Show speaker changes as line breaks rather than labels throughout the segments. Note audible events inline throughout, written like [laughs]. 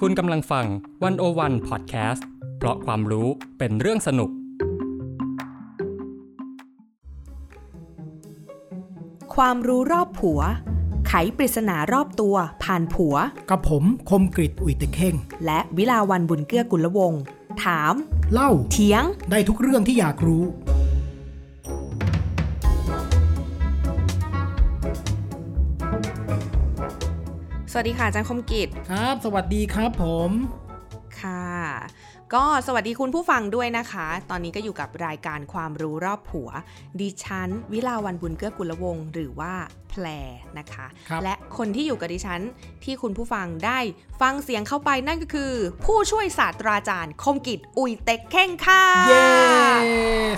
คุณกำลังฟังวันโอวันพอดแคสต์เพราะความรู้เป็นเรื่องสนุก
ความรู้รอบผัว ไขปริศนารอบตัว ผ่านผัว
กับผมคมกริตอุ่ยตะเข่ง
และวิลาวันบุญเกื้อกุลวงศ์ถาม
เล่า
เถียง
ได้ทุกเรื่องที่อยากรู้
สวัสดีค่ะอาจารย์คมกิจ
ครับ สวัสดีครับผม
ค่ะ ก็สวัสดีคุณผู้ฟังด้วยนะคะ ตอนนี้ก็อยู่กับรายการความรู้รอบผัว ดิฉัน วิลาวันบุญเกื้อกุลวงศ์หรือว่าแพรนะคะ
ครับ
และคนที่อยู่กับดิฉันที่คุณผู้ฟังได้ฟังเสียงเข้าไปนั่นก็คือ ผู้ช่วยศาสตราจารย์ คมกิจอุยเต็กเข่งค่ะ
เย้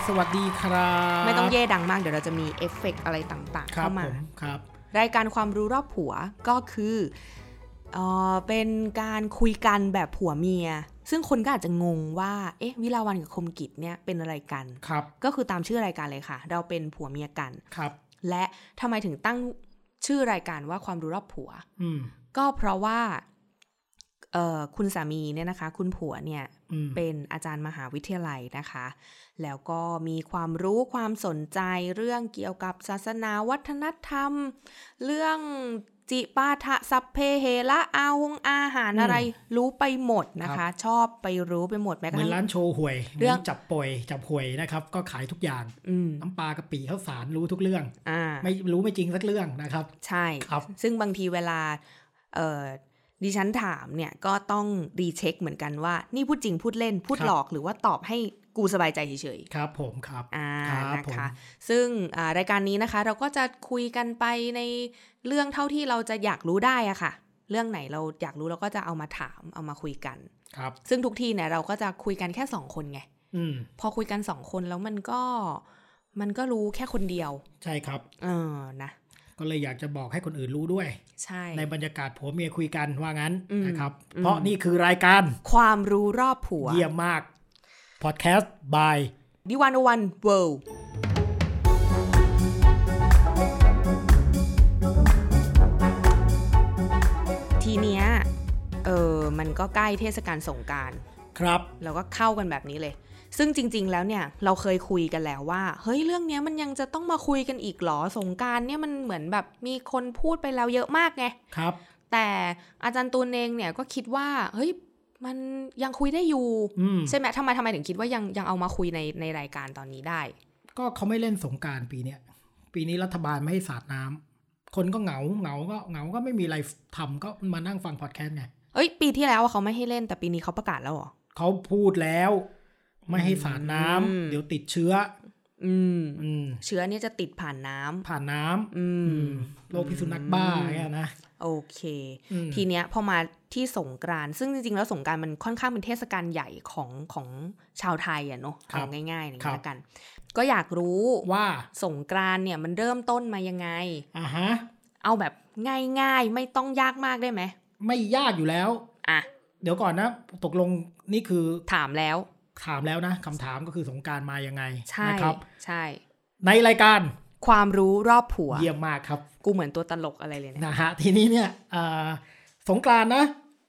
สวัสดีครับ
ไม่ต้องเย่ดังมาก เดี๋ยวเราจะมีเอฟเฟกต์อะไรต่างๆ
ครั
เข้า
บ
มา
ผมครับ
รายการความรู้รอบผัวก็คือเออเป็นการคุยกันแบบผัวเมีย ซึ่งคนก็อาจจะงงว่า เอ๊ะ วิลาวันกับคมกิจเนี่ยเป็นอะไรกัน
ครับ
ก็คือตามชื่อรายการเลยค่ะ เราเป็นผัวเมียกัน
ครับ
และทำไมถึงตั้งชื่อรายการว่าความรู้รอบผัว
อืม
ก็เพราะว่าเอ่อคุณสามีเนี่ยนะคะ คุณผัวเนี่ย
อืม
เป็นอาจารย์มหาวิทยาลัยนะคะ แล้วก็มีความรู้ความสนใจเรื่องเกี่ยวกับศาสนาวัฒนธรรม เรื่องจิปาทะสัพเพเฮละอาวงอาหารอะไร รู้ไปหมดนะคะ ชอบไปรู้ไปหมดแม้ก
เห
ระ
มือน
ทั่
ร้าง นโชว์หวย
เรื่อง
หมืนจับป่วยจับหวยนะครับ ก็ขายทุกอย่าง
อืม
น้ำปลากะปิข้าวสารรู้ทุกเรื่อง
อ่า
ไม่รู้ไม่จริงสักเรื่องนะครับ
ใช่
ครับ
ซึ่งบางทีเวลาเอ่อดิฉันถามเนี่ยก็ต้องรีเช็คเหมือนกันว่า นี่พูดจริงพูดเล่นพูด
ครับ
หลอกหรือว่าตอบให้กูสบายใจเฉยๆ
ครับผมครับ
อ่า
ครับ
นะ
ผม
คะ ซึ่งอ่ารายการนี้นะคะ เราก็จะคุยกันไปในเรื่องเท่าที่เราจะอยากรู้ได้อะค่ะ เรื่องไหนเราอยากรู้เราก็จะเอามาถามเอามาคุยกัน
ครับ
ซึ่งทุกทีเนี่ยเราก็จะคุยกันแค่สองคนไง
อืม
พอคุยกันสองคนแล้วมันก็มันก็รู้แค่คนเดียว
ใช่ครับ
เออนะ
ก็เลยอยากจะบอกให้คนอื่นรู้ด้วย
ใช่
ในบรรยากาศผัวเมียคุยกันว่างั้น
อืม
นะครับ
อืม
เพราะนี่คือรายการ
ความรู้รอบผัว
เยี่ยมมาก พอดแคสต์บาย
ดิวันวันเวิลด์ทีเนี้ยเออมันก็ใกล้เทศกาลสงกราร
ครับ
เราก็เข้ากันแบบนี้เลย ซึ่งจริง ๆ แล้วเนี่ยเราเคยคุยกันแล้วว่า เฮ้ยเรื่องเนี้ยมันยังจะต้องมาคุยกันอีกเหรอ สงกรารเนี่ยมันเหมือนแบบมีคนพูดไปแล้วเยอะมากไง
ครับ
แต่อาจารย์ตูนเองเนี่ยก็คิดว่า เฮ้ยมันยังคุยได้อยู่
อืม
ใช่ไหมทำไมทำไมถึงคิดว่ายังยังเอามาคุยในในรายการตอนนี้ได้
ก็เขาไม่เล่นสงกรารปีเนี้ย ปีนี้รัฐบาลไม่ให้สาดน้ำ คนก็เหงา เหงา ก็เหงา ก็ไม่มีอะไรทำก็มานั่งฟังพอดแคสต์ไง
เอ้ย ปีที่แล้วอะเขาไม่ให้เล่นแต่ปีนี้เขาประกาศแล้วเหรอ
เขาพูดแล้ว ไม่ให้สาดน้ำ
อืม
เดี๋ยวติดเชื้อ
อืม
อืม
เชื้อเนี่ยจะติดผ่านน้ำ
ผ่านน้ำ
อื
อื
ม
มโรคพิษสุนัขบ้าเนี่ยนะ
โอเค
อืม
ทีเนี้ยพอมาที่สงกรานต์ซึ่งจริงๆ แล้วสงกรานต์มันค่อนข้างเป็นเทศกาลใหญ่ของของชาวไทยอ่ะเนาะเอาง่ายๆอย่างนี้ละกัน ก็อยากรู้ว่า
ว่า
สงกรานต์เนี่ยมันเริ่มต้นมายังไง
อ่าฮะ
เอาแบบง่ายๆ ไม่ต้องยากมากได้ไหม
ไม่ยากอยู่แล้ว
อ่ะ
เดี๋ยวก่อนนะ ตกลงนี่คือ
ถามแล้ว
ถามแล้วนะคำถามก็คือสงกรารมายังไง
ใช่
นะครับ
ใช่
ในรายการ
ความรู้รอบผัว
เยี่ยมมากครับ
กูเหมือนตัวตลกอะไรเลยเนี่ย
นะฮะทีนี้เนี่ยอ่าสงกรานต์นะ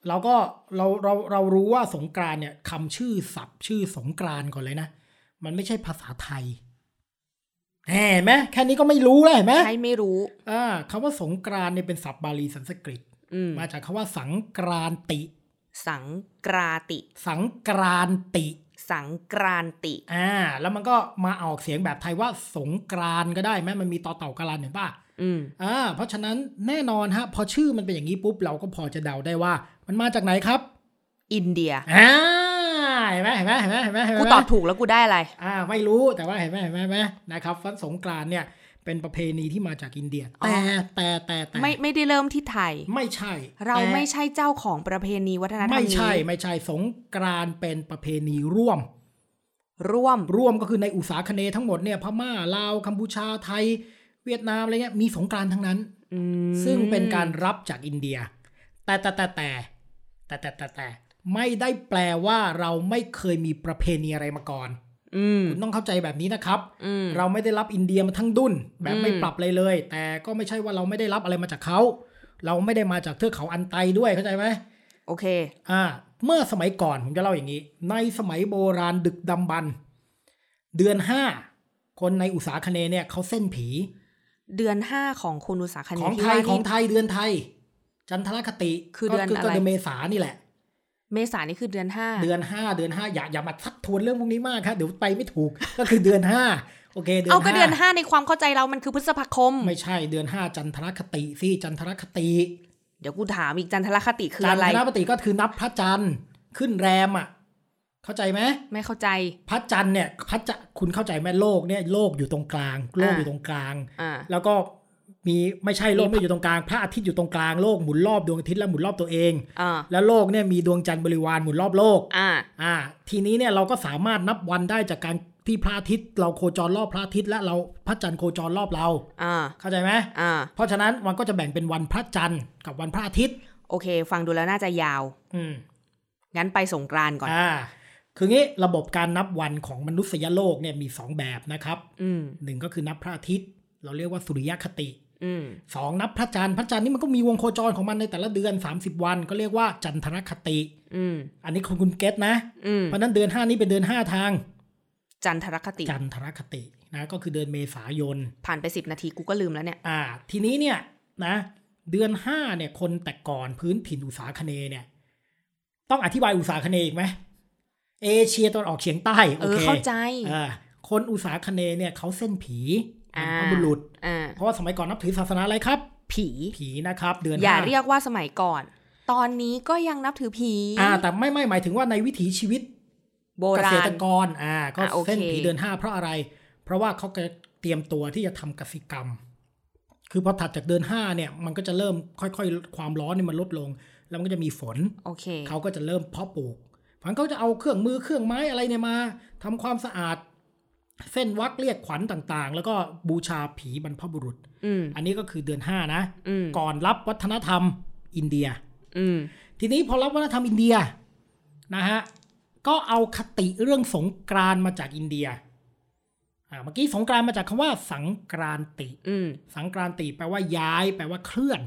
เราก็เราเราเรารู้ว่าสงกรานต์เนี่ยคำชื่อศัพท์ชื่อสงกรานต์ก่อนเลยนะ มันไม่ใช่ภาษาไทยแหมเห็นไหมแค่นี้ก็ไม่รู้เลยเห็นไหม
ใครไม่รู้
อ่าคำว่าสงกรานต์เนี่ยเป็นศัพท์บาลีสันสกฤต
อืม
มาจากคำว่าสังกรานติ
สังกราติ
สังกรานติ
สังกรานติ
อ่า แล้วมันก็มาออกเสียงแบบไทยว่าสงกรานต์ก็ได้ไหมมันมีต่อเต่ากรานเห็นป่ะ
อืม
อ่าเพราะฉะนั้นแน่นอนฮะพอชื่อมันเป็นอย่างนี้ปุ๊บเราก็พอจะเดาได้ว่า มันมาจากไหนครับ
อินเดีย
อ่าเห็นไหมเห็นไหมเห็นไหมเห็นไหมเห็นไหม
กูตอบถูกแล้วกูได้อะไร
อ่าไม่รู้แต่ว่าเห็นไหมเห็นไหมเห็นไหมนะครับฟันสงกรานต์เนี่ยเป็นประเพณีที่มาจากอินเดีย
อ๋อ
แต่แต่แต่แต่
ไม่ไม่ได้เริ่มที่ไทย
ไม่ใช่
เรา
แต่
ไม่ใช่เจ้าของประเพณีวัฒนธรรม
ไม่
นี้
ใช่ไม่ใช่สงกรานต์เป็นประเพณีร่วม
ร่วม
ร่วมก็คือในอุตสาคเนย์ทั้งหมดเนี่ยพม่าลาวกัมพูชาไทย เวียดนามอะไรเงี้ยมีสงกรานต์ทั้งนั้น
อืม
ซึ่งเป็นการรับจากอินเดีย แต่แต่แต่แต่แต่แต่แต่แต่ไม่ได้แปลว่าเราไม่เคยมีประเพณีอะไรมาก่อน
อืม
คุณต้องเข้าใจแบบนี้นะครับ
อืม
เราไม่ได้รับอินเดียมาทั้งดุนแบบไม่
อืม
ปรับเลยเลย แต่ก็ไม่ใช่ว่าเราไม่ได้รับอะไรมาจากเขา เราไม่ได้มาจากเทือกเขาอันไตด้วยเข้าใจไหม
โอเค
อ่าเมื่อสมัยก่อนผมจะเล่าอย่างนี้ ในสมัยโบราณดึกดำบรรพ์เดือนห้าคนในอุษาคเนย์เนี่ยเขาเส้นผี
เดือนห้าของคุณอุตสาคเน
ของ
ที่
ไทย
ว่า
ของ
นี่
ไทยเดือนไทย จันทรคติ
คือ
ก็
เดือนอะไร
ก็เดือนเมษานี่แหละ
เมษานี่คือเดือนห้า
เดือนห้าเดือนห้าอย่าอย่ามาทักทวนเรื่องพวกนี้มากครับเดี๋ยวไปไม่ถูก ก็คือเดือนห้าโอเคเดือน
เอาก็เดือน
ห้า
ห้าในความเข้าใจเรามันคือพฤษภาคม
ไม่ใช่เดือนห้าจันทรคติสิจันทรคติ
เดี๋ยวกูถามอีกจันทรคติคือ
จัน
อะไร
ทรคติก็คือนับพระจันทร์ขึ้นแรมอ่ะ เข้าใจไหม
ไม่เข้าใจ
พระจันทร์เนี่ยพระจะคุณเข้าใจไหมโลกเนี่ยโลกอยู่ตรงกลาง โลก
อ่า
อยู่ตรงกลาง
อ่า
แล้วก็มีไม่ใช่โลกไม่อยู่ตรงกลางพระอาทิตย์อยู่ตรงกลางโลกหมุนรอบดวงอาทิตย์และหมุนรอบตัวเอง
อ่า
แล้วโลกเนี่ยมีดวงจันทร์บริวารหมุนรอบโลก
อ่า
อ่า ทีนี้เนี่ยเราก็สามารถนับวันได้จากการที่พระอาทิตย์เราโคจรรอบพระอาทิตย์และเราพระจันทร์โคจรรอบเรา
อ่า
เข้าใจไหม
อ่า
เพราะฉะนั้นมันก็จะแบ่งเป็นวันพระจันทร์กับวันพระอาทิตย์
โอเค ฟังดูแล้วน่าจะยาว
อืม
งั้นไปสงกรานต์ก่อน
อ่า คืองี้ระบบการนับวันของมนุษยโลกเนี่ยมีสองแบบนะครับ
อืม
หนึ่งก็คือนับพระอาทิตย์ เราเรียกว่าสุริยคติ
อืม
สองนับพระจันทร์พระจันทร์นี่มันก็มีวงโคจรของมันในแต่ละเดือน 30 วันก็เรียกว่าจันทรคติ
อืม
อันนี้คุณคุณเก็ตนะ
อืม
เพราะฉะนั้นเดือน 5 นี้เป็นเดือน 5 ทาง
จันทรคติ
จันทรคตินะก็คือเดือนเมษายน
ผ่านไปสิบนาทีกูก็ลืมแล้วเนี่ย
อ่า ทีนี้เนี่ยนะ เดือน 5 เนี่ยคนแต่ก่อนพื้นถิ่นอุษาคเนย์เนี่ย ต้องอธิบายอุษาคเนย์อีกไหมเอเชียตอนออกเฉียงใต้
เอ
โอ
อ
เค
เข้าใจ
อ่าคนอุษาคเนย์เนี่ยเขาเส้นผีบร
อ่าร
พบุรุษ
อ่า
เพราะว่าสมัยก่อนนับถือศาสนาอะไรครับ
ผี
ผีนะครับ เดือน
อย่า
ห้
เรียกว่าสมัยก่อน ตอนนี้ก็ยังนับถือผี
อ่า แต่ไม่ไม่หมายถึงว่าในวิถีชีวิต
โบ
เก
รา
ษ
ณ
ตรกรอ่า ก็
อ่าโอเค
เส้นผีเดือนห้าเพราะอะไร เพราะว่าเขาจะเตรียมตัวที่จะทำกสิกรรม คือพอถัดจากเดือนห้าเนี่ย มันก็จะเริ่มค่อยๆ ความร้อนเนี่ยมันลดลง แล้วมันก็จะมีฝน
โอเค
เขาก็จะเริ่มเพาะปลูกฝันเขาจะเอาเครื่องมือเครื่องไม้อะไรเนี่ยมาทำความสะอาด เส้นวักเรียกขวัญต่างๆ แล้วก็บูชาผีบรรพบุรุษ
อืม
อันนี้ก็คือเดือนห้านะ
อืม
ก่อนรับวัฒนธรรมอินเดีย
อืม
ทีนี้พอรับวัฒนธรรมอินเดียนะฮะก็เอาคติเรื่องสงกรานต์มาจากอินเดียอ่าเมื่อกี้สงกรานต์มาจากคำว่า สังกรานติ
อืม
สังกรานติแปลว่าย้าย แปลว่าเคลื่อน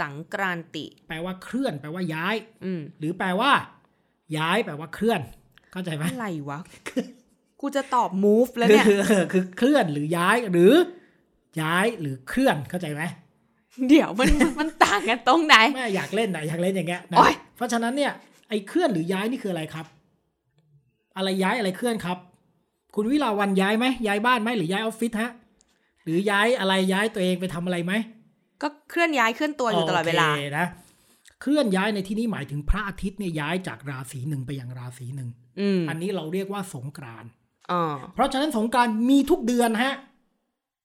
สังกรานติ
แปลว่าเคลื่อน แปลว่าย้าย
อืม
หรือแปลว่า ย้ายแปลว่าเคลื่อน เข้าใจไหม
อะไรวะ กูจะตอบ move แล้วเนี่ย
คือ [laughs] คือคือเคลื่อนหรือย้ายหรือ ย้ายหรือเคลื่อนเข้าใจไหม
เดี๋ยวมันมันมันต่างกันตรงไหน
แม่อยากเล่นนะอยากเล่นอย่างเงี้ยนะ
โอ๊ย
เพราะฉะนั้นเนี่ยไอ้เคลื่อนหรือย้ายนี่คืออะไรครับ อะไรย้ายอะไรเคลื่อนครับ คุณวิลาวันย้ายไหมย้ายบ้านไหมหรือย้ายออฟฟิศฮะ หรือย้ายอะไรย้ายตัวเองไปทำอะไรไหม
ก็เคลื่อนย้ายเคลื่อนตัวอยู่ตลอดเวลา
โคนะเคลื่อนย้ายในที่นี้หมายถึงพระอาทิตย์เนี่ยย้ายจากราศีหนึ่งไปยังราศีหนึ่ง
อืม
อันนี้เราเรียกว่าสงกรานต์
อ๋อ
เพราะฉะนั้นสงกรานต์มีทุกเดือนฮะ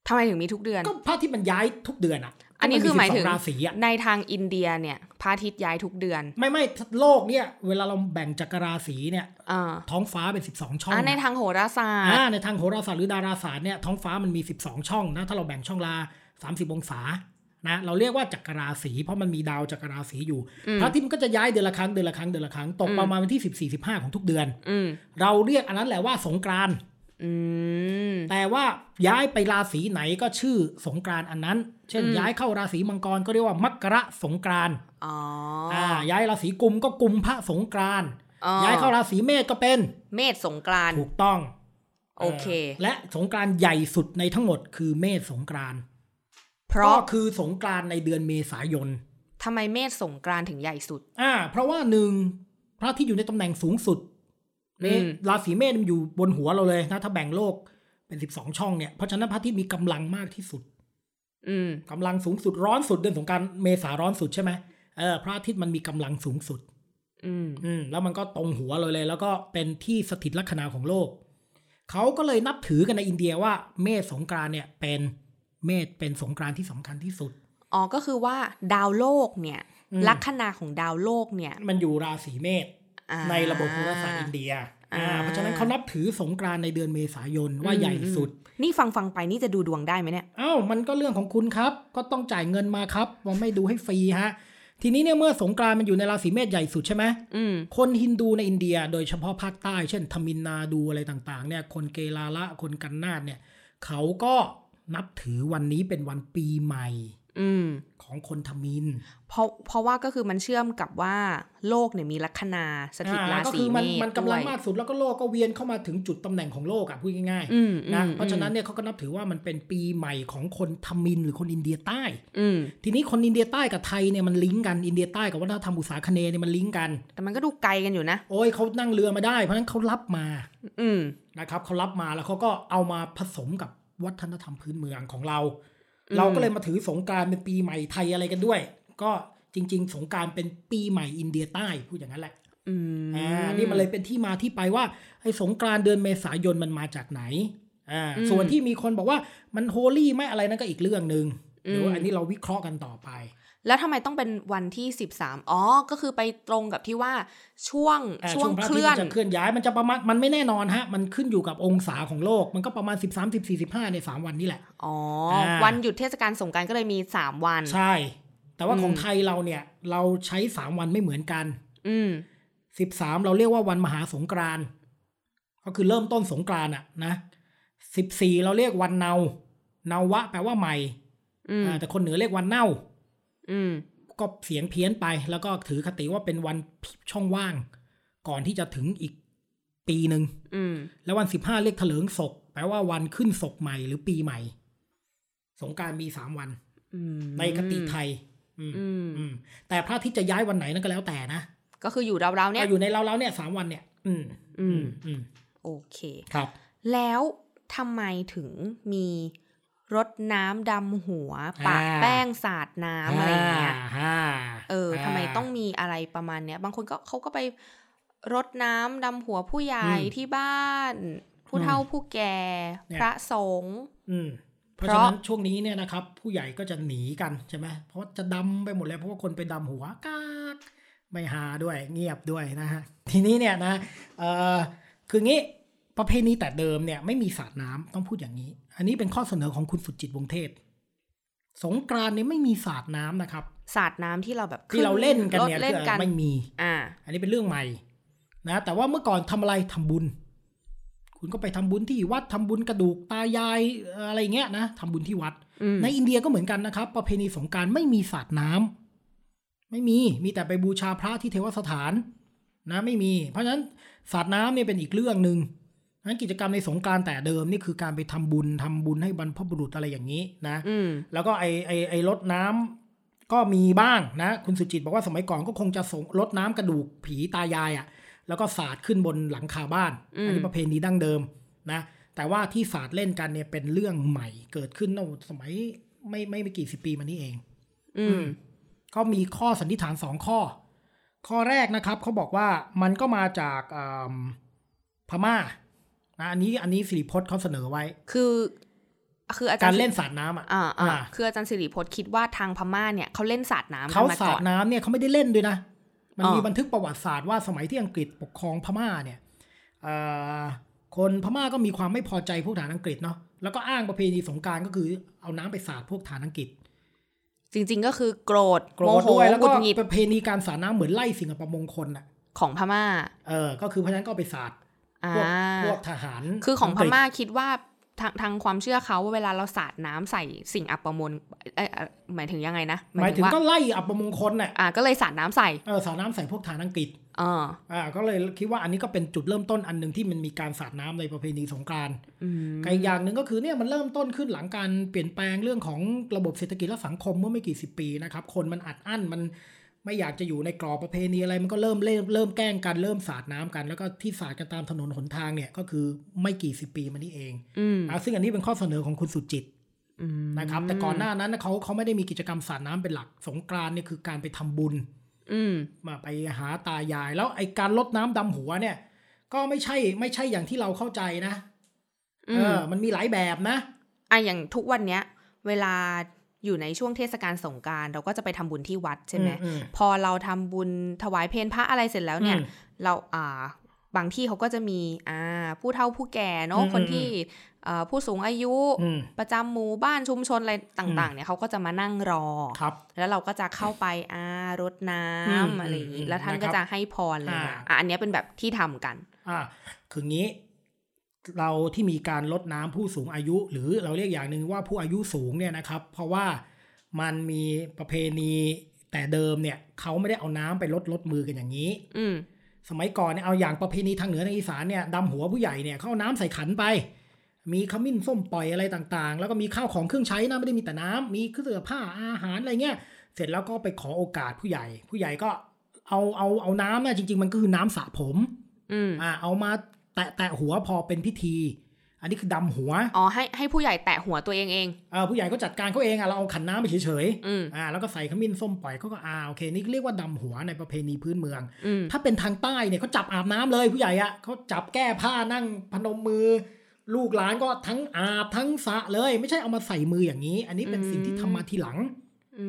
ทำไมถึงมีทุกเดือน
ก็พระอาทิตย์มันย้ายทุกเดือนอ่ะ
อันนี้คือหมายถึง
ก็นสิบสอราศีอะ
ในทางอินเดียเนี่ยพระอาทิตย์ย้ายทุกเดือน
ไม่ไม่โลกเนี่ย เวลาเราแบ่งจักรราศีเนี่ย
อ่า
ท้องฟ้าเป็น 12 ช่อง
อ่าในทางโหราศาสต
อ่า
ร์
ในทางโหราศาสตร์หรือดาราศาสตร์เนี่ยท้องฟ้ามันมี 12 ช่องนะถ้าเราแบ่งช่องลา 30 องศานะเราเรียกว่าจักรราศีเพราะมันมีดาวจักรราศีอยู่พระอาทิตย์มันก็จะย้ายเดือนละครั้งเดือนละครั้งเดือนละครั้งตกประมาณวันที่ 14 15 ของทุกเดือน
อืม
เราเรียกอันนั้นแหละว่าสงกรานต์
อืม
แต่ว่าย้ายไปราศีไหนก็ชื่อสงกรานต์อันนั้น เช่น ย้ายเข้าราศีมังกรก็เรียกว่ามกระสงกรานต์
อ๋อ
อ่าย้ายราศีกุมก็กุมพระสงกรานต์
อ๋อ
ย้ายเข้าราศีเมษก็เป็น
เมษสงกรานต์
ถูกต้อง
โอเค
และสงกรานต์ใหญ่สุดในทั้งหมดคือเมษสงกรานต์
เพ
ก็
ราะ
คือสงกรานต์ในเดือนเมษายน
ทำไมเมษสงกรานต์ถึงใหญ่สุด
อ่า เพราะว่าหนึ่งพระอาที่อยู่ในตำแหน่งสูงสุดเมษ
อืม
ราศีเมษมันอยู่บนหัวเราเลยนะถ้าแบ่งโลกเป็นสิบสองช่องเนี่ยเพราะฉะนั้นพระอาที่มีกำลังมากที่สุด
อืม
กำลังสูงสุดร้อนสุดเดือนสงกรารเมษาร้อนสุดใช่ไหมเออพระอาทิตย์มันมีกำลังสูงสุด
อืม
อืมแล้วมันก็ตรงหัวเราเลย แล้วก็เป็นที่สถิตลัคนาของโลก เขาก็เลยนับถือกันในอินเดียว่าเมษสงกรานต์เนี่ยเป็นเมษเป็นสงกรานต์ที่สำคัญที่สุด
อ๋อก็คือว่าดาวโลกเนี่ย
อืม
ลัคนาของดาวโลกเนี่ย
มันอยู่ราศีเมษ
อ่า
ในระบบโหราศาสตร์อินเดียอ่า
อ่า
เพราะฉะนั้นเขานับถือสงกรานต์ในเดือนเมษายนว่าใหญ่สุด
นี่ฟังฟังไปนี่จะดูดวงได้ไหมเนี่ย
อ้าวมันก็เรื่องของคุณครับ ก็ต้องจ่ายเงินมาครับว่าไม่ดูให้ฟรีฮะ ทีนี้เนี่ยเมื่อสงกรานต์มันอยู่ในราศีเมษใหญ่สุดใช่ไหม
อืม
คนฮินดูในอินเดียโดยเฉพาะภาคใต้ เช่นทมินนาดูอะไรต่างๆเนี่ยคนเกลาละคนกันนาดเนี่ยเขาก็นับถือวันนี้เป็นวันปีใหม่
อืม
ของคนทมิน
เพราะเพราะว่าก็คือมันเชื่อมกับว่าโลกเนี่ยมีลัคนาสถิตรา
อ่าก็
ศี
คือมัน
เมษ
มันกำลัง
ด้วย
มากสุดแล้วก็โลกก็เวียนเข้ามาถึงจุดตำแหน่งของโลกอ่ะพูดง่าย
อืม
ๆนะ
อืม
เพราะฉะนั้นเนี่ยเขาก็นับถือว่ามันเป็นปีใหม่ของคนทมินหรือคนอินเดียใต้
อืม
ทีนี้คนอินเดียใต้กับไทยเนี่ยมันลิงก์กันอินเดียใต้กับวัฒนธรรมอุษาคเนย์เนี่ยมันลิงก์กัน
แต่มันก็ดูไกลกันอยู่นะ
โอ้ยเขานั่งเรือมาได้เพราะฉะนั้นเขารับมา
อืม
นะครับเขารับมาแล้วเขาก็เอามาผสมกับวัฒนธรรมพื้นเมืองของเรา เราก็เลยมาถือสงกรารเป็นปีใหม่ไทยอะไรกันด้วย ก็จริง ๆ สงกรารเป็นปีใหม่อินเดียใต้พูดอย่างนั้นแหละ
อืม
อ่านี่มันเลยเป็นที่มาที่ไปว่าไอ้สงกรารเดือนเมษายนมันมาจากไหนอ่าส่วนที่มีคนบอกว่ามันโฮลี่ไม่อะไรนั่นก็อีกเรื่องหนึ่งเดี๋ยวอันนี้เราวิเคราะห์กันต่อไป
แล้วทำไมต้องเป็นวันที่สิบสามอ๋อ ก็คือไปตรงกับที่ว่าช่วง
อ่า
ช่วง
พระ
เค
อาทิต
ลื่อน
ย์มันจะเคลื่อนย้ายมันจะประมาณมันไม่แน่นอนฮะ มันขึ้นอยู่กับองศาของโลก มันก็ประมาณ 13 14 15ในสามวันนี่แหละ
อ๋อ
อ่า
วันหยุดเทศกาลสงกรารก็เลยมีสามวัน
ใช่ แต่ว่า
อืม
ของไทยเราเนี่ย เราใช้ 3 วันไม่เหมือนกัน
อืม
13 เราเรียกว่าวันมหาสงกรานต์ก็คือเริ่มต้นสงกรานต์อะนะ 14 เราเรียกวันเนาเนาวะแปลว่าใหม่
อืม
อ่าแต่คนเหนือเรียกวันเน่า
อืม
ก็เสียงเพี้ยนไป แล้วก็ถือคติว่าเป็นวันช่องว่าง ก่อนที่จะถึงอีกปีหนึ่ง
อืม
แล้ววันสิบห้าเรียกเถลิงศก แปลว่าวันขึ้นศกใหม่หรือปีใหม่ สงกรารมีสามวัน
อืม
ในคติไทย อืม
อืม
อืมแต่พระอาทิตย์จะย้ายวันไหนนั่นก็แล้วแต่นะ
ก็คืออยู่เราๆเนี่ย
ก็อยู่ในเราๆเนี่ยสามวันเนี่ย อืม
อืม
อืม
โอเค
ครับ
แล้วทำไมถึงมีรดน้ำดำหัวปะ
อ่า
แป้งสาดน้ำอะไรอย่างเงี้ย
ฮ่า
เออทำไมต้อง
า
มีอะไรประมาณเนี้ย บางคนก็เขาก็ไปรดน้ำดำหัวผู้ใหญ่
อืม
ที่บ้าน ผู้เฒ่าผู้แก่
เนี่ย
พระสงฆ์
อืมเพราะ
เพ
ฉะ
ราะ
นั้นช่วงนี้เนี่ยนะครับ ผู้ใหญ่ก็จะหนีกันใช่ไหมเพราะจะดำไปหมดเลยเพราะว่าคนไปดำหัวกากไม่หาด้วยเงียบด้วยนะฮะทีนี้เนี่ยนะเออคืองี้ประเพณีแต่เดิมเนี่ยไม่มีสาดน้ำต้องพูดอย่างนี้ อันนี้เป็นข้อเสนอของคุณสุจิตวงศ์เทพ สงกรานต์เนี่ยไม่มีสาดน้ำนะครับ
สาดน้ำที่เราแบบ
ที่เราเล่นกันเนี่ย
รถเล่นกัน
ไม่มี
อ่า
อันนี้เป็นเรื่องใหม่นะ แต่ว่าเมื่อก่อนทำอะไรทำบุญ คุณก็ไปทำบุญที่วัดทำบุญกระดูกตายายเอ่ออะไรอย่างเงี้ยนะทำบุญที่วัด
อืม
ในอินเดียก็เหมือนกันนะครับ ประเพณีสงกรารไม่มีสาดน้ำไม่มีมีแต่ไปบูชาพระที่เทวสถานนะไม่มี เพราะฉะนั้นสาดน้ำเนี่ยเป็นอีกเรื่องหนึ่งเพราะฉะนั้นกิจกรรมในสงกรารแต่เดิมนี่คือการไปทำบุญทำบุญให้บรรพบุรุษอะไรอย่างนี้นะ
อืม
แล้วก็ไอไอไอรถน้ำก็มีบ้างนะ คุณสุจิตบอกว่าสมัยก่อนก็คงจะส่งรถน้ำกระดูกผีตายายอะ่ะ แล้วก็สาดขึ้นบนหลังคาบ้าน
อืม
นี้ประเพณีดั้งเดิมนะ แต่ว่าที่สาดเล่นกันเนี่ยเป็นเรื่องใหม่เกิดขึ้นในสมัยไม่ไม่ไม่กี่สิบปีมานี้เอง
อืม
ก็มีข้อสันนิษฐานสองข้อ ข้อแรกนะครับเขาบอกว่ามันก็มาจากอ่ำพม่านะอันนี้อันนี้สิริพจน์เขาเสนอไว้
คือ คืออาจาก
าร ร
ย์
เล่นสาดน้ำอ่ะ
อ่าอ่า
อ่า
คืออาจารย์สิริพจน์คิดว่าทางพม่าเนี่ยเขาเล่นสาดน้ำกั
เขา
นมา
สา
ก่
ด
อน
น้ำเนี่ยเขาไม่ได้เล่นด้วยนะ มัน
อ๋อ
มีบันทึกประวัติศาสตร์ว่าสมัยที่อังกฤษปกครองพม่าเนี่ยเอ่อคนพม่าก็มีความไม่พอใจพวกฐานอังกฤษเนาะ แล้วก็อ้างประเพณีสงกรารก็คือเอาน้ำไปสาดพวกฐานอังกฤษ
จริง ๆ ก็คือโกรธ
โกร
โม
ธ
โห
ด้วยแล้ว
หงุ
ก็
ดหงิด
ประเพณีการสาดน้ำเหมือนไล่สิ่งอัปมงคลอ่ะ
ของพม่า
เออ ก็คือเพราะฉะนั้นก็เอาไปสาด
อ่า
พวกพวกทหาร
คือของพ
กฤษ
ม่าคิดว่าทางทางความเชื่อเขาว่าเวลาเราสาดน้ำใส่สิ่งอัปมงคลเอ้ยเอ่อหมายถึงยังไงนะ
หมายถึง
ว่
ก็ไล่อัปมงคลน่ะ
อ่าก็เลยสาดน้ำใส่
เออ สาดน้ำใส่พวกฐานอังกฤษ
เออ
อ่า ก็เลยคิดว่าอันนี้ก็เป็นจุดเริ่มต้นอันหนึ่งที่มันมีการสาดน้ำในประเพณีสงกราร
อืม
กับอีกอย่างหนึ่งก็คือเนี่ยมันเริ่มต้นขึ้นหลังการเปลี่ยนแปลงเรื่องของระบบเศรษฐกิจและสังคมเมื่อไม่กี่สิบปีนะครับ คนมันอัดอั้นมันไม่อยากจะอยู่ในกรอบประเพณีอะไรมันก็เริ่มเล่นเริ่มแกล้งกันเริ่มสาดน้ำกัน แล้วก็ที่สาดกันตามถนนหนทางเนี่ยก็คือไม่กี่สิบปีมานี้เอง
อืม
อ่ะซึ่งอันนี้เป็นข้อเสนอของคุณสุจิต
อืม
นะครับ แต่ก่อนหน้านั้นนะเขาเขาไม่ได้มีกิจกรรมสาดน้ำเป็นหลักสงกรานต์เนี่ยคือการไปทำบุญ
อืม
มาไปหาตายายแล้วไอการลดน้ำดำหัวเนี่ย ก็ไม่ใช่ไม่ใช่อย่างที่เราเข้าใจนะ
อืม
เออ มันมีหลายแบบนะ
อ่ะอย่างทุกวันเนี้ย เวลาอยู่ในช่วงเทศกาลสงกรารเราก็จะไปทำบุญที่วัดใช่ไหม
อืม
พอเราทำบุญถวายเพลพระอะไรเสร็จแล้วเนี่ย
อืม
เราอ่าบางที่เขาก็จะมีอ่าผู้เฒ่าผู้แก่เนาะ
อืม
คน
อืม
ที่เอ่อผู้สูงอายุ
อืม
ประจำหมู่บ้านชุมชนอะไรต่าง ๆ เนี่ยเขาก็จะมานั่งรอ
ครับ
แล้วเราก็จะเข้าไปอารดน้
อืม
ำอะไรอย่างนี้
อืม
แล้วท่าน
นะครับ
ก็จะให้พรเลยนะ
อ่า
อ่ะอันเนี้ยเป็นแบบที่ทำกัน
อ่าคืองี้ เราที่มีการลดน้ำผู้สูงอายุ หรือเราเรียกอย่างหนึ่งว่าผู้อายุสูงเนี่ยนะครับ เพราะว่า มันมีประเพณีแต่เดิมเนี่ยเขาไม่ได้เอาน้ำไปลดลดมือกันอย่างนี้
อืม
สมัยก่อนเนี่ยเอาอย่างประเพณีทางเหนือทางอีสานเนี่ยดำหัวผู้ใหญ่เนี่ยเขาเอาน้ำใส่ขันไป มีขมิ้นส้มปล่อยอะไรต่างๆ แล้วก็มีข้าวของเครื่องใช้นะไม่ได้มีแต่น้ำมีเครื่องเสื้อผ้าอาหารอะไรเงี้ยเสร็จแล้วก็ไปขอโอกาสผู้ใหญ่ ผู้ใหญ่ก็เอาเอาเอาน้ำนะจริง ๆ มันก็คือน้ำสระผม
อืม
อ่าเอามาแตะแตะหัวพอเป็นพิธี อันนี้คือดำหัว
อ๋อ ให้ให้ผู้ใหญ่แตะหัวตัวเองเอง
เออผู้ใหญ่ก็จัดการเขาเองอ่ะเราเอาขันน้ำไปเฉย
อืม
ๆอ่าแล้วก็ใส่ขมิ้นส้มปล่อยเขาก็อ่าโอเคนี่เรียกว่าดำหัวในประเพณีพื้นเมือง
อืม
ถ้าเป็นทางใต้เนี่ยเขาจับอาบน้ำเลยผู้ใหญ่อะเขาจับแก้ผ้านั่งพนมมือ ลูกหลานก็ทั้งอาบทั้งสระเลย ไม่ใช่เอามาใส่มืออย่างนี้ อันนี้เป็น
อืม
สิ่งที่ทำมาทีหลัง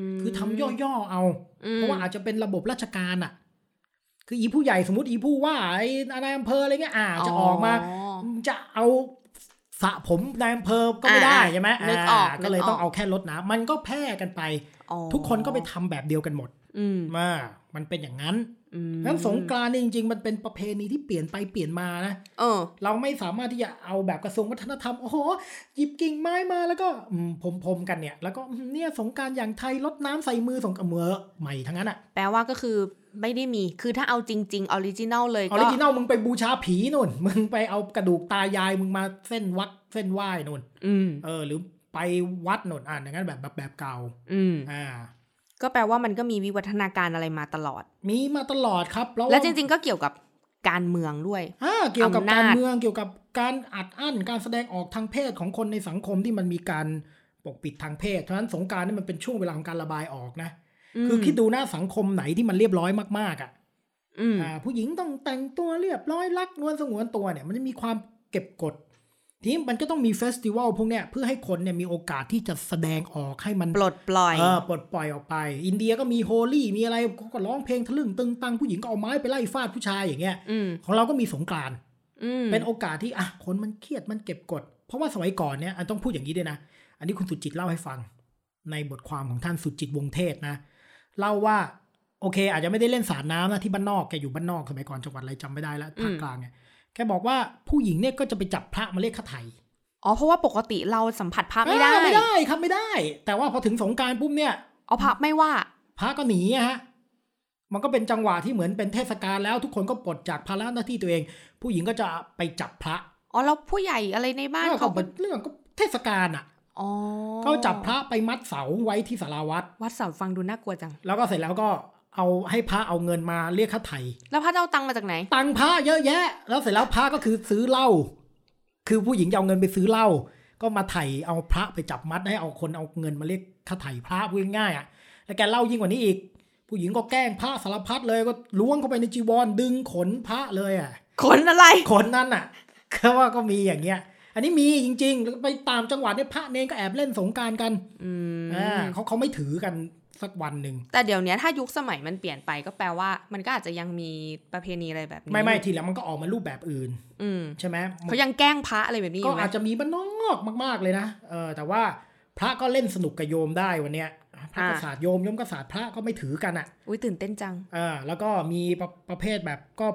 ม
คือทำย่อๆเอา
อืม
เพราะว่าอาจจะเป็นระบบราชการอะคืออีผู้ใหญ่สมมติอีผู้ว่าไอ้นายอำเภออะไรเงี้ยอ่าจะออกมา จะเอาสระผมนายอำเภอก็ไม่ได้ใช่ไหม
นึกออก
าก็เลยต้องเอาแค่ลดน้ำมันก็แพร่กันไป
อ๋อ
ทุกคนก็ไปทำแบบเดียวกันหมด
อืม
มามันเป็นอย่างนั้น
อืม
งั้นสงกรานต์เนี่ยจริงๆ มันเป็นประเพณีที่เปลี่ยนไปเปลี่ยนมานะ
เออ
เราไม่สามารถที่จะเอาแบบกระทรวงวัฒนธรรม โอ้โห หยิบกิ่งไม้มาแล้วก็ผมพรมๆกันเนี่ย แล้วก็อืมเนี่ยสงกรารอย่างไทยลดน้ำใส่มือสงกรารเมือใหม่ทั้งนั้นอะ
แปลว่าก็คือไม่ได้มี คือถ้าเอาจริง ๆ ออริจินัลเลย
ออ
ก็
ริจินอลมึงไปบูชาผีนู่น มึงไปเอากระดูกตายายมึงมาเส้นวัดเส้นไหว้นู่น
อืม
เออ หรือไปวัดนู่นอ่านอย่างนั้นแบบแบบแบบเก่า
อืม
อ่า
ก็แปลว่ามันก็มีวิวัฒนาการอะไรมาตลอด
มีมาตลอดครับแล้ว
และจริง ๆ ก็เกี่ยวกับการเมืองด้วย
อ่าเกี่ยวกับ
อำนาจ
การเมืองเกี่ยวกับการอัดอั้นการแสดงออกทางเพศของคนในสังคมที่มันมีการปกปิดทางเพศเพราะฉะนั้นสงกรารนี่มันเป็นช่วงเวลาของการระบายออกนะ
ม
คือคิดดูหน้าสังคมไหนที่มันเรียบร้อยมากๆอ่ะ
อืม
อ่าผู้หญิงต้องแต่งตัวเรียบร้อยรักนวลสงวนตัวเนี่ยมันจะมีความเก็บกดทีนี้มันก็ต้องมีเฟสติวัลพวกเนี้ยเพื่อให้คนเนี่ยมีโอกาสที่จะแสดงออกให้มัน
ปลดปล่อย
เออปลดปล่อยออกไป อินเดียก็มีโฮลี่มีอะไรก็ร้องเพลงทะลึ่งตึงตังผู้หญิงก็เอาไม้ไปไล่ฟาดผู้ชายอย่างเงี้ย
อืม
ของเราก็มีสงกราน
อืม
เป็นโอกาสที่อ่ะคนมันเครียดมันเก็บกด เพราะว่าสมัยก่อนเนี่ยอันต้องพูดอย่างนี้ด้วยนะ อันนี้คุณสุจิตเล่าให้ฟัง ในบทความของท่านสุจิตวงศ์เทศนะ เล่าว่า โอเค อาจจะไม่ได้เล่นสาดน้ำนะที่บ้านนอกแกอยู่บ้านนอกสมัยก่อนจังหวัดอะไรจำไม่ได้แล้วภาคกลางเนี่ยแกบอกว่าผู้หญิงเนี่ยก็จะไปจับพระมาเรียกค่าไถ่
อ๋อ เพราะว่าปกติเราสัมผัสพระไม่ได้
อ่าไม่ได้ครับไม่ได้ แต่ว่าพอถึงสงกรารปุ๊บเนี่ย
อ๋อพระไม่ว่า
พระก็หนีอะฮะ มันก็เป็นจังหวะที่เหมือนเป็นเทศกาลแล้ว ทุกคนก็ปลดจากภาระหน้าที่ตัวเอง ผู้หญิงก็จะไปจับพระ
อ๋อ แล้วผู้ใหญ่อะไรในบ้าน
เรื่อง
เขา
ก็เป็นเรื่องก็เทศกาลอะ
อ๋อ
ก็จับพระไปมัดเสาไว้ที่สาราวัด
วัดเสาฟังดูน่ากลัวจัง
แล้วก็เสร็จแล้วก็เอาให้พระเอาเงินมาเรียกค่าไถ่
แล้วพระเจ้าตังค์มาจากไหน
ตังค์พระเยอะแยะ แล้วเสร็จแล้วพระก็คือซื้อเหล้าคือผู้หญิงจะเอาเงินไปซื้อเหล้าก็มาไถ่เอาพระไปจับมัดให้เอาคนเอาเงินมาเรียกค่าไถ่พระพูดง่ายๆอ่ะแล้วแกเล่ายิ่งกว่านี้อีก ผู้หญิงก็แกล้งพระสารพัดเลยก็ล้วงเข้าไปในจีวรดึงขนพระเลยอ่ะ
คนอะไร
ขนนั่นอ่ะ [laughs] ก็ว่าก็มีอย่างเงี้ย อันนี้มีจริงๆแล้วก็ไปตามจังหวัดเนี่ยพระเนนก็แอบเล่นสงกรารกัน
อืม
อ่าเขาเขาไม่ถือกันสักวันหนึ่ง
แต่เดี๋ยวเนี้ยถ้ายุคสมัยมันเปลี่ยนไปก็แปลว่า มันก็อาจจะยังมีประเพณีอะไรแบบนี้
ไม่ไม่ทีหลังมันก็ออกมารูปแบบอื่น
อืม
ใช่ไหม
เขายังแกล้งพระอะไรแบบนี้อ
ก็
ยู่ไหม
อาจจะมีบ้านนอกมาก ๆ เลยนะเออแต่ว่าพระก็เล่นสนุกกับโยมได้วันเนี้ยพระก็ศาสตร์โยมโยมก็ศาสตร์พระก็ไม่ถือกันอ่ะ
อุ้ยตื่นเต้นจัง
เออแล้วก็มีประประเภทแบบก็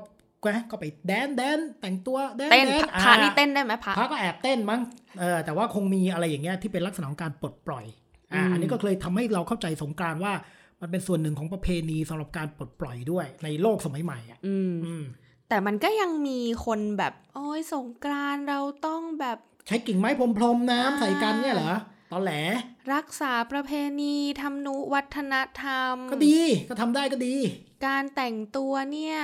ก็ก็ไปแดนแดนแต่งตัวแดน
เต้น
แดน
พระ
อ่า
พระนี่เต้นได้ไหมพระ
พระก็แอบเต้นมั้งเออแต่ว่าคงมีอะไรอย่างเงี้ยที่เป็นลักษณะของการปลดปล่อยอ่า
อืม
อันนี้ก็เลยทำให้เราเข้าใจสงกรารว่ามันเป็นส่วนหนึ่งของประเพณีสำหรับการปลดปล่อยด้วยในโลกสมัยใหม่อ่ะ
อืม
อืม
แต่มันก็ยังมีคนแบบ โอ้ยสงกรานต์เราต้องแบบ
ใช้กิ่งไม้พรมพรมๆน้ำ
อ่า
ใส่กันเนี่ยเหรอตอนแหล
รักษาประเพณีทำนุวัฒนธรรม
ก็ดีก็ทำได้ก็ดี
การแต่งตัวเนี่ย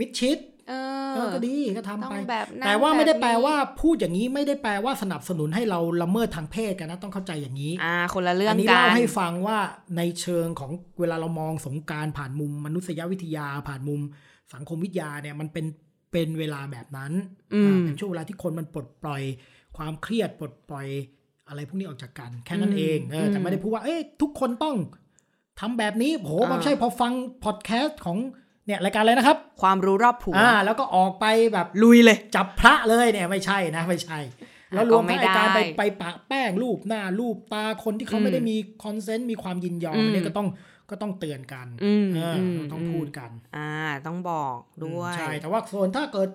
มิดชิด
เอ
เอ
อ
อก็ดีก็ทำ
ต้อง
ไป
แบบนั้น
แต่ว่าไม่ได้
บบนี้
แปลว่าพูดอย่างนี้ไม่ได้แปลว่าสนับสนุนให้เราละเมิดทางเพศกันนะต้องเข้าใจอย่างนี้
อ่า คนละเรื่อง
นนี้
กั
เล่าน ให้ฟังว่าในเชิงของเวลาเรามองสงกรารผ่านมุมมนุษยวิทยาผ่านมุมสังคมวิทยาเนี่ยมันเป็นเป็นเวลาแบบนั้น
อืม
อ่าเป็นช่วงเวลาที่คนมันปลดปล่อย ความเครียดปลดปล่อยอะไรพวกนี้ออกจากกัน แค่นั้น
อืม
เองเออแต่
อืม
ไม่ได้พูดว่าเอ้ยทุกคนต้องทำแบบนี้โห
อ่ามั
มันไม่ใช่พอฟังพอดแคสต์ของเนี่ยรายการอะไรนะครับ
ความรู้รอบผัว
อ่าแล้วก็ออกไปแบบ
ลุยเลย
จับพระเลยเนี่ยไม่ใช่นะไม่ใช่ แล้วรวมทั้ง
ก็ไม่ได้
ไอ้การไปไปปะแป้งรูปหน้ารูปตาคนที่เขา
อืม
ไม่ได้มีคอนเซนต์มีความยินยอม
อืม
อันนี้ก็ต้องก็ต้องเตือนกัน
อืม
เอออ
ม
ต้องพูดกัน
อ่า ต้องบอกด้วย
ใช่แต่ว่าส่วนถ้าเกิด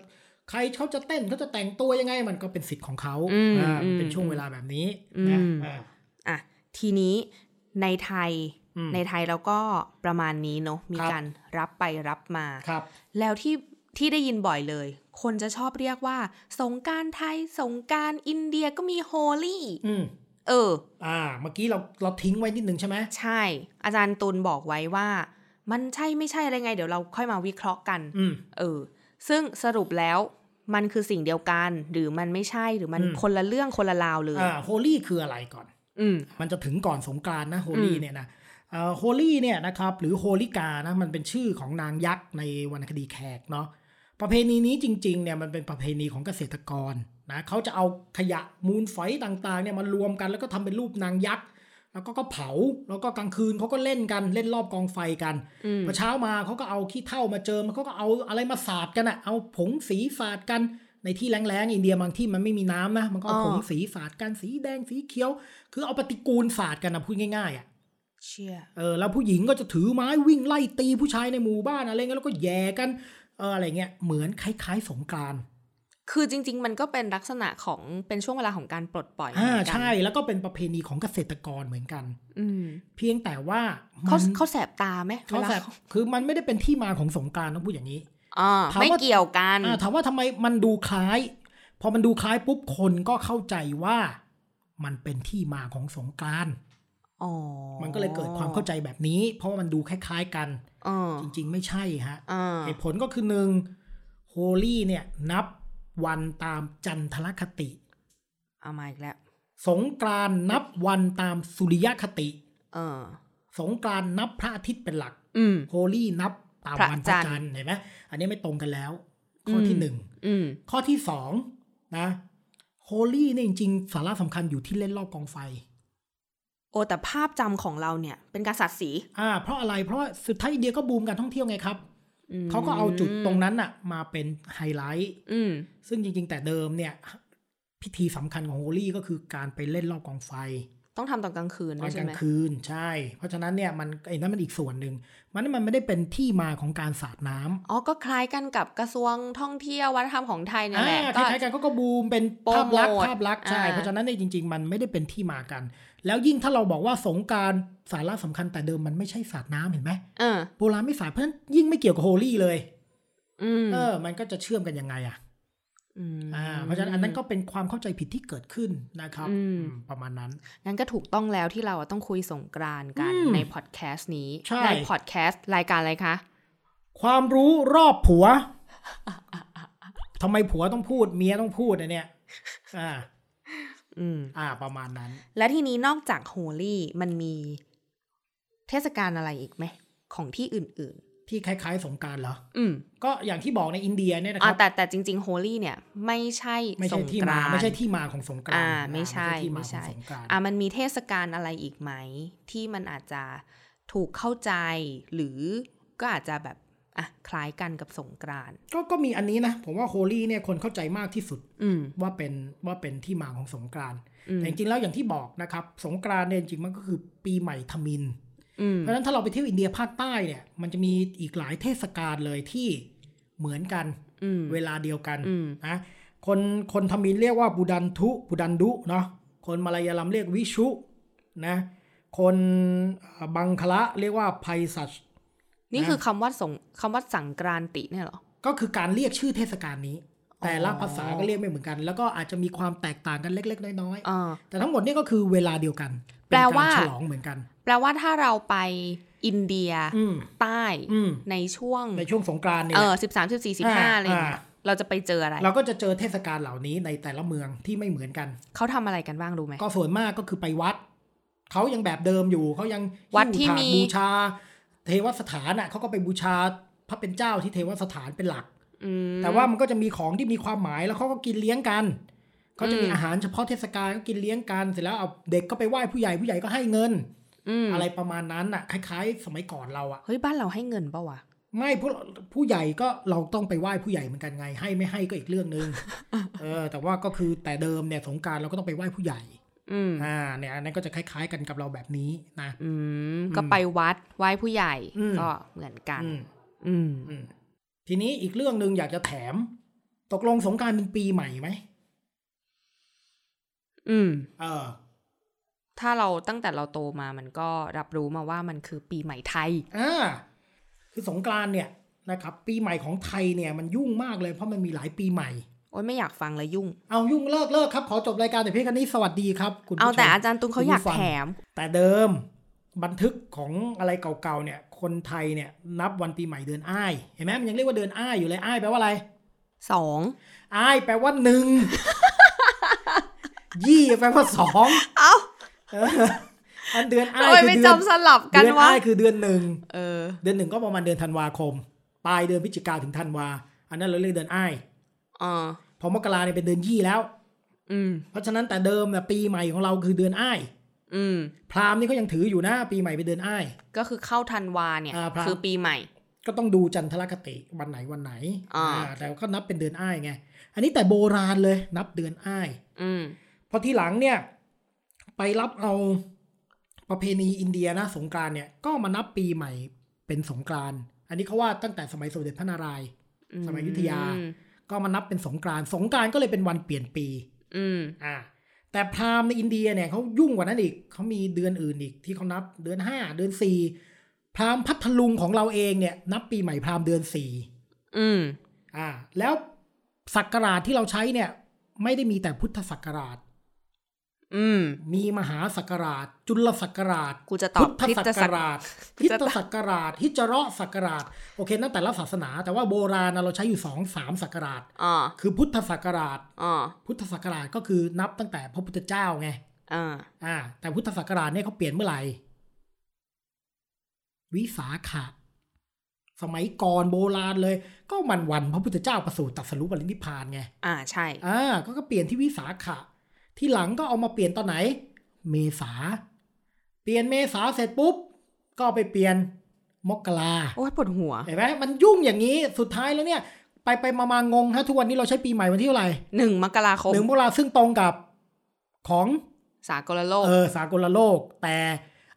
ใครเขาจะเต้นเขาจะแต่งตัวยังไงมันก็เป็นสิทธิ์ของเขา
อืม
อ่ามันเป็น
อืม
ช่วงเวลาแบบนี้
อื
นะ
ม
อ่า
อ่ะ ทีนี้ ในไทย
อืม
ในไทยเราก็ประมาณนี้เนอะมี
ครับ
การรับไปรับมา
ครับ
แล้วที่ที่ได้ยินบ่อยเลย คนจะชอบเรียกว่า สงกรารไทย สงกรารอินเดียก็มีโฮลี่
อืม
เออ
อ่า เมื่อกี้เราเราทิ้งไว้นิดนึงใช่ไหม
ใช่ อาจารย์ตุลบอกไว้ว่า มันใช่ไม่ใช่อะไรไง เดี๋ยวเราค่อยมาวิเคราะห์กัน
อืม
เออ ซึ่งสรุปแล้วมันคือสิ่งเดียวกัน หรือมันไม่ใช่หรือมัน
อืม
คนละเรื่องคนละราวเลย
อ่าโฮลี่คืออะไรก่อน
อืม
มันจะถึงก่อนสงกรานต์นะโฮลี่
อืม
เนี่ยนะโฮลี่อ Holi เนี่ยนะครับหรือโฮลิกานะมันเป็นชื่อของนางยักษ์ในวรรณคดีแขกเนาะประเพณีนี้จริงๆเนี่ยมันเป็นประเพณีของเกษตรกรนะเขาจะเอาขยะมูลฝอยต่างๆเนี่ยมารวมกันแล้วก็ทำเป็นรูปนางยักษ์แล้วก็ก็เผาแล้วก็กลางคืนเขาก็เล่นกันเล่นรอบกองไฟกัน
อืม
พอเช้ามาเขาก็เอาขี้เถ้ามาเจิมเขาก็เอาอะไรมาสาดกันอะเอาผงสีสาดกันในที่แล้งๆอินเดียบางที่มันไม่มีน้ำนะมันก็เอาผงสีสาดกันสีแดงสีเขียว คือเอาปฏิกูลสาดกันนะพูดง่ายๆอะ
เชื่อ
เออแล้วผู้หญิงก็จะถือไม้วิ่งไล่ตีผู้ชายในหมู่บ้านอะไรเงี้ยแล้วก็แย่กันเอออะไรเงี้ยเหมือนคล้ายๆ สงกรานต์
คือจริง ๆ มันก็เป็นลักษณะของเป็นช่วงเวลาของการปลดปล่อยเหมื
อ่า
อนกัน
ใช่แล้วก็เป็นประเพณีของเกษตรกรเหมือนกัน
อืม
เพียงแต่ว่า
เขา
น
เขาแสบตาไหม
เขา
วล
แบบคือมันไม่ได้เป็นที่มาของสงกรานต์ต้องพูดอย่างนี้
อ่า
ถามว่า
ไม่เกี่ยวกัน
อ่าถามว่าทำไมมันดูคล้าย พอมันดูคล้ายปุ๊บคนก็เข้าใจว่ามันเป็นที่มาของสงกรานต์
อ๋อ
มันก็เลยเกิดความเข้าใจแบบนี้ เพราะว่ามันดูคล้ายๆกัน
เออ
จริงๆไม่ใช่ฮะ
อ่า
เหตุผลก็คือหนึ่งโฮลี่เนี่ยนับวันตามจันทรคติ
เอามาอีกแล้ว
สงกรานต์นับวันตามสุริยคติ
เออ
สงกรานต์นับพระอาทิตย์เป็นหลัก
อืม
โฮลี่นับตาม
พระ
วันพ
จั
ระ
นทร์
จันทร์เห็นไหมอันนี้ไม่ตรงกันแล้ว ข้อที่หนึ่ง
อืม
ข้อที่สองนะโฮลี่เนี่ยจริงๆ สาระสำคัญอยู่ที่เล่นรอบกองไฟ
โอแต่ภาพจำของเราเนี่ย เป็นการสัตว์สี
อ่า เพราะอะไรเพราะว่าสุดท้ายอินเดียก็บูมการท่องเที่ยวไงครับ
อืม
เขาก็เอาจุดตรงนั้นอะมาเป็นไฮไลท์
อืม
ซึ่งจริงๆ แต่เดิมเนี่ย พิธีสำคัญของโฮลี่ก็คือการไปเล่นรอบกองไฟ
ต้องทำตอนกลางคืน
ตอ
ด้วน ย
ก
ใช่
ลา
ไหม
งคืนใช่ เพราะฉะนั้นเนี่ยมันไอ้นั่นมันอีกส่วนหนึ่งมันมันไม่ได้เป็นที่มาของการสาดน้ำ
อ๋อก็คล้ายกันกับกระทรวงท่องเที่ยววัฒนธรรมของไทยเนี่ย
อ่า
แหละ
ค
ก็
ล้ายๆกันก็ก็บูมเป็น
โปร
ภาพ
โมท
ลักษณ์ภาพลักษณ์ใช่
อ่า
เพราะฉะนั้นเนี่ยจริง ๆ มันไม่ได้เป็นที่มากัน แล้วยิ่งถ้าเราบอกว่าสงกรารสาระสำคัญแต่เดิมมันไม่ใช่สาดน้ำเห็นไหม
เออ
โบราณไม่สาดเพราะฉะนั้นยิ่งไม่เกี่ยวกับโฮลี่เลย
อืม
เออ มันก็จะเชื่อมกันยังไงอ่ะ
ม
อ่าเพราะฉะนั้นอันนั้นก็เป็นความเข้าใจผิดที่เกิดขึ้นนะครับ
อืม
อืมประมาณนั้น
งั้นก็ถูกต้องแล้วที่เราอะต้องคุยสงกรานต์กัน
อืม
ในพอดแคสต์นี้
ใช่
พอดแคสต์รายการอะไรคะ
ความรู้รอบผัว [laughs] ทำไมผัวต้องพูดเมียต้องพูดนะเนี่ยอ่า
อืม
อ่า ประมาณนั้น
และทีนี้นอกจากโฮลี่มันมีเทศกาลอะไรอีกไหม ของที่อื่น
ที่คล้าย ๆ สงกรารเหรอ
ๆ อืม
ก็อย่างที่บอกในอินเดียเนี่ยนะค
อ่า
รับ
แต่แต่จริงๆโฮลี่เนี่ย ไม่ใช่
ไม่
ส
ใช่
ง
ที่
ก
มา
รา
ไม่
น
ใช่
ต์
ที่มาของสงกรานต์
อ่า
นะ
ไม่ใช่
ที่มา
ไม่
ข
ใช่
องสงกรานต์
อ่ะมันมีเทศกาลอะไรอีกไหม ที่มันอาจจะถูกเข้าใจ หรือก็อาจจะแบบอ่ะคล้ายกันกับสงกรานต์
ก็ก็มีอันนี้นะ ผมว่าโฮลี่เนี่ยคนเข้าใจมากที่สุด
อืม
ว่าเป็นว่าเป็นที่มาของสงกรานต์
อืม
แต่จริงๆแล้วอย่างที่บอกนะครับ สงกรานต์เนี่ยจริงๆมันก็คือปีใหม่ทมิน
อืม
เพราะฉะนั้นถ้าเราไปเที่ยวอินเดียภาคใต้เนี่ย มันจะมีอีกหลายเทศกาลเลยที่เหมือนกัน
อืม
เวลาเดียวกัน
อืม
นะคนคนทมินเรียกว่าบูดันทุบูดันดุเนาะคนมาลายาลัมเรียกวิชุนะคนเอ่อบังคละเรียกว่าไพสัช
นี่คือคำว่าสงคำว่าสังกรานติเนี่ยเหรอ
ก็คือการเรียกชื่อเทศกาลนี้
อ๋อ
แต่ละภาษาก็เรียกไม่เหมือนกัน แล้วก็อาจจะมีความแตกต่างกันเล็ก ๆ น้อย
อ่า
ๆแต่ทั้งหมดเนี่ยก็คือเวลาเดียวกัน
แปลว่า
เนกรฉลองเหมือนกัน
แปลว่าถ้าเราไปอินเดีย
อืม
ใต้
อืม
ในช่วง
ในช่วงสงกรานต์เนี่ย
เอ
แห
อ
ละ
สิบสามสิบสี่สิบห้า
อ่า
อะไรอย่างเงี้ย
อ่
เราจะไปเจออะไร
เราก็จะเจอเทศกาลเหล่านี้ในแต่ละเมืองที่ไม่เหมือนกัน
เขาทำอะไรกันบ้างรู้ไหม
ก็ส่วนมากก็คือไปวัด เขายังแบบเดิมอยู่ เขายัง
วัดที่มี
หิ้ถาดบูชา เทวสถานอ่ะเขาก็ไปบูชาพระเป็นเจ้าที่เทวสถานเป็นหลัก
อืม
แต่ว่ามันก็จะมีของที่มีความหมายแล้วเขาก็กินเลี้ยงกัน เขาจะมี
อืม
อาหารเฉพาะเทศกาลก็กินเลี้ยงกันเสร็จแล้วเอาเด็กก็ไปไหว้ผู้ใหญ่ผู้ใหญ่ก็ให้เงิน
อืม
อะไรประมาณนั้นอ่ะคล้ายๆ สมัยก่อนเราอ่ะ
เฮ้ยบ้านเราให้เงินปะวะ
ไม่ผู้ผู้ใหญ่ก็เราต้องไปไหว้ผู้ใหญ่เหมือนกันไง ให้ไม่ให้ก็อีกเรื่อง
[laughs]
หนึ่งเออ แต่ว่าก็คือแต่เดิมเนี่ยสงกรารเราก็ต้องไปไหว้ผู้ใหญ่
อืม
อ่าเนี่ยอันนั้นก็จะคล้าย ๆ กันกับเราแบบนี้นะ
อืมก็ไปวัดไหว้ผู้ใหญ่
อืม
ก็เหมือนกัน
อืม
อืม
อืมทีนี้อีกเรื่องหนึ่งอยากจะแถม ตกลงสงกรารเป็นปีใหม่ไหม
อืม
เออ
ถ้าเราตั้งแต่เราโตมามันก็รับรู้มาว่ามันคือปีใหม่ไทย
อ่าคือสงกรานต์เนี่ยนะครับ ปีใหม่ของไทยเนี่ยมันยุ่งมากเลยเพราะมันมีหลายปีใหม่
โอ้ยไม่อยากฟังเลยยุ่ง
เอายุ่งเลิกเลิกครับ ขอจบรายการแต่เพียงแค่นี้สวัสดีครับ คุณผู้
เอาแต่
ชม
อาจารย์ตุงเขาอยาก
คุณผู้ฟัง
แถม
แต่เดิมบันทึกของอะไรเก่าๆเนี่ย คนไทยเนี่ยนับวันปีใหม่เดือนอ้ายเห็นไหมมันยังเรียกว่าเดือนอ้ายอยู่เลยอ้ายแปลว่าอะไร
สอง
อ้ายแปลว่าหนึ่ง [laughs] ยี่แปลว่าสอง
เอ้า
เออ [laughs] อันเดือน
ทำ
อ้า
ไม
ยคือ
ไม่
เดือน
จำสลับกัน
เดือน
วะ
อ้ายคือเดือนหนึ่ง
เออ
เดือนหนึ่งก็ประมาณเดือนธันวาคม ปลายเดือนพฤศจิกาถึงธันวา อันนั้นเราเรียกเดือนอ้าย
อ่า
พอมกราเนี่ยเป็นเดือนยี่แล้ว
อืม
เพราะฉะนั้นแต่เดิมเนี่ยปีใหม่ของเราคือเดือนอ้าย
อืม
พราหมณ์นี่เขายังถืออยู่นะปีใหม่เป็นเดือนอ้าย
ก็คือเข้าธันวาเนี่ย
อ่าพระ
คือปีใหม่
ก็ต้องดูจันทรคติวันไหนวันไหน
อ่า
อ่าแต่ก็นับเป็นเดือนอ้ายไง อันนี้แต่โบราณเลยนับเดือนอ้าย
อืม
พอทีหลังเนี่ย ไปรับเอาประเพณีอินเดียนะสงกรานต์เนี่ยก็มานับปีใหม่เป็นสงกรานต์อันนี้เขาว่าตั้งแต่สมัยสมเด็จพระนารายณ์ สมัยอยุธยา
อืม
ก็มานับเป็นสงกรานต์สงกรานต์ก็เลยเป็นวันเปลี่ยนปี
อืม
อ่า แต่พราหมณ์ในอินเดียเนี่ยเขายุ่งกว่านั้นอีกเขามีเดือนอื่นอีกที่เขานับเดือนห้าเดือนสี่พราหมณ์พัทลุงของเราเองเนี่ย นับปีใหม่พราหมณ์เดือนสี่
อืม
อ่า แล้วศักราชที่เราใช้เนี่ย ไม่ได้มีแต่พุทธศักราช
อืม
มีมหาศักราช จุลศักราช
กูจะตอบ
พุทธศักราช
คริ
ฮิ
ส
ต
ตศักราช
ศักราช ฮิจเราะห์ศักราช โอเคนั่นแต่ละศาสนา แต่ว่าโบราณน่ะเราใช้อยู่สองสามศักราช
อ่า
คือพุทธศักราช
อ่า
พุทธศักราชก็คือนับตั้งแต่พระพุทธเจ้าไง
อ่า
อ่า แต่พุทธศักราชเนี่ยเขาเปลี่ยนเมื่อไหร่ วิสาขะ สมัยก่อนโบราณเลย ก็มันวันพระพุทธเจ้าประสูติตรัสรู้ปรินิพพานไง
อ่าใช่
อ่าก็ก็เปลี่ยนที่วิสาขะ ที่หลังก็เอามาเปลี่ยนตอนไหน เมษา เปลี่ยนเมษาเสร็จปุ๊บ ก็ไปเปลี่ยนมกรา
โอ้ยปวดหัว
เห็นไหมมันยุ่งอย่างนี้สุดท้ายแล้วเนี่ย ไปไปมามางงฮะทุกวันนี้เราใช้ปีใหม่วันที่เท่าไหร่
หนึ่งมกราคม
หนึ่งมกราซึ่งตรงกับของ
สากลโลก
เออสากลโลก แต่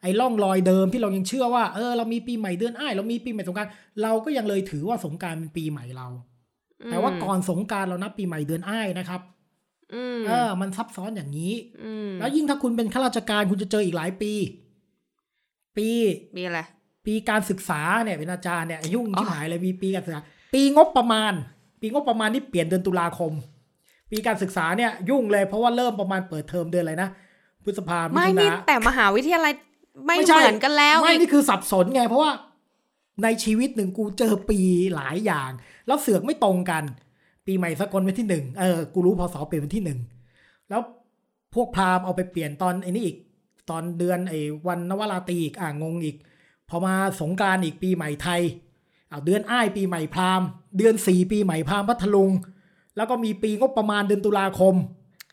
ไอ้ล่องรอยเดิมที่เรายังเชื่อว่าเออเรามีปีใหม่เดือนอ้ายเรามีปีใหม่สงกรารเราก็ยังเลยถือว่าสงกรารเป็นปีใหม่เรา แต่ว่าก่อนสงกรารเรานับปีใหม่เดือนอ้ายนะครับ
อืม
เออ มันซับซ้อนอย่างนี้
อืม
แล้วยิ่งถ้าคุณเป็นข้าราชการคุณจะเจออีกหลายปี ปี
มีอะไร
ปีการศึกษาเนี่ยเป็นอาจารย์เนี่ยยุ่ง
อ๋อ
ที่หายเลยมีปีการศึกษา ปีงบประมาณ ปีงบประมาณนี่เปลี่ยนเดือนตุลาคม ปีการศึกษาเนี่ยยุ่งเลยเพราะว่าเริ่มประมาณเปิดเทอมเดือนอะไรนะพฤษภา
ไม่
ถุ
นี่
นา
แต่มหาวิทยาลัยไม่
ไม่
เห
ใช่
มือนกันแล้ว
ไม่
อีก
นี่คือสับสนไง เพราะว่าในชีวิตหนึ่งกูเจอปีหลายอย่าง แล้วเสือกไม่ตรงกัน ปีใหม่สกลวันที่หนึ่งเออกูรู้พอสอเปลี่ยนวันที่หนึ่งแล้วพวกพราหมณ์เอาไปเปลี่ยนตอนไอ้นี่อีก ตอนเดือนไอ้วันนวราตรีอีกอ่างงอีก พอมาสงกรารอีกปีใหม่ไทยเอาเดือนอ้ายปีใหม่พราหมณ์เดือนสี่ปีใหม่พราหมณ์พัทลุง แล้วก็มีปีงบประมาณเดือนตุลาคม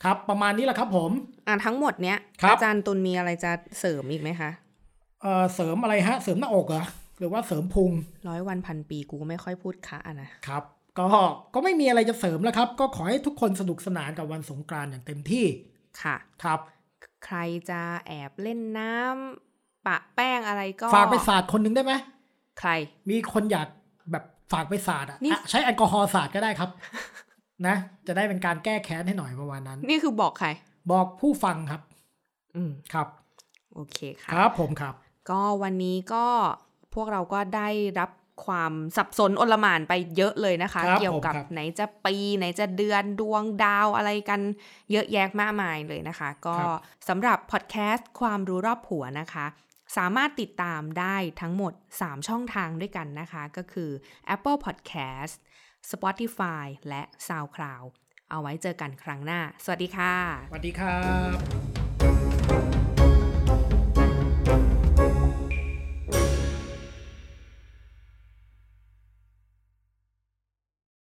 ครับ ประมาณนี้แหละครับผม
อ่ะทั้งหมดเนี้ย
ครับ
อาจารย์ตุลมีอะไรจะเสริมอีกไหมคะ
เอ่อเสริมอะไรฮะ เสริมหน้าอกเหรอหรือว่าเสริมพุง
ร้อยวันพันปีกูก็ไม่ค่อยพูดคะอ่ะนะครับ
ก็ ก็ไม่มีอะไรจะเสริมแล้วครับ ก็ขอให้ทุกคนสนุกสนานกับวันสงกรานต์อย่างเต็มที่
ค่ะ
ครับ
ใครจะแอบเล่นน้ำปะแป้งอะไรก็
ฝากไปสาดคนหนึ่งได้ไหม
ใคร
มีคนอยากแบบฝากไปสาดอ่ะ
นี่
อ่ะ ใช้แอลกอฮอล์สาดก็ได้ครับ นะ จะได้เป็นการแก้แค้นให้หน่อยประมาณนั้น
นี่คือบอกใคร
บอกผู้ฟังครับ
อืม
ครับ
โอเค
ค
ค่ะ
รับผมครับ
ก็วันนี้ก็พวกเราก็ได้รับความสับสนอลหม่านไปเยอะเลยนะคะ
ครับ
เกี่ยวกับ
ผมครับ
ไหนจะปีไหนจะเดือนดวงดาวอะไรกันเยอะแยะมากมายเลยนะคะ ก็
ครับ
สำหรับพอดแคสต์ความรู้รอบหัวนะคะ สามารถติดตามได้ทั้งหมด 3 ช่องทางด้วยกันนะคะ ก็คือ Apple Podcast Spotify และ SoundCloud เอาไว้เจอกันครั้งหน้า สวัสดีค่ะ
สวัสดีครับ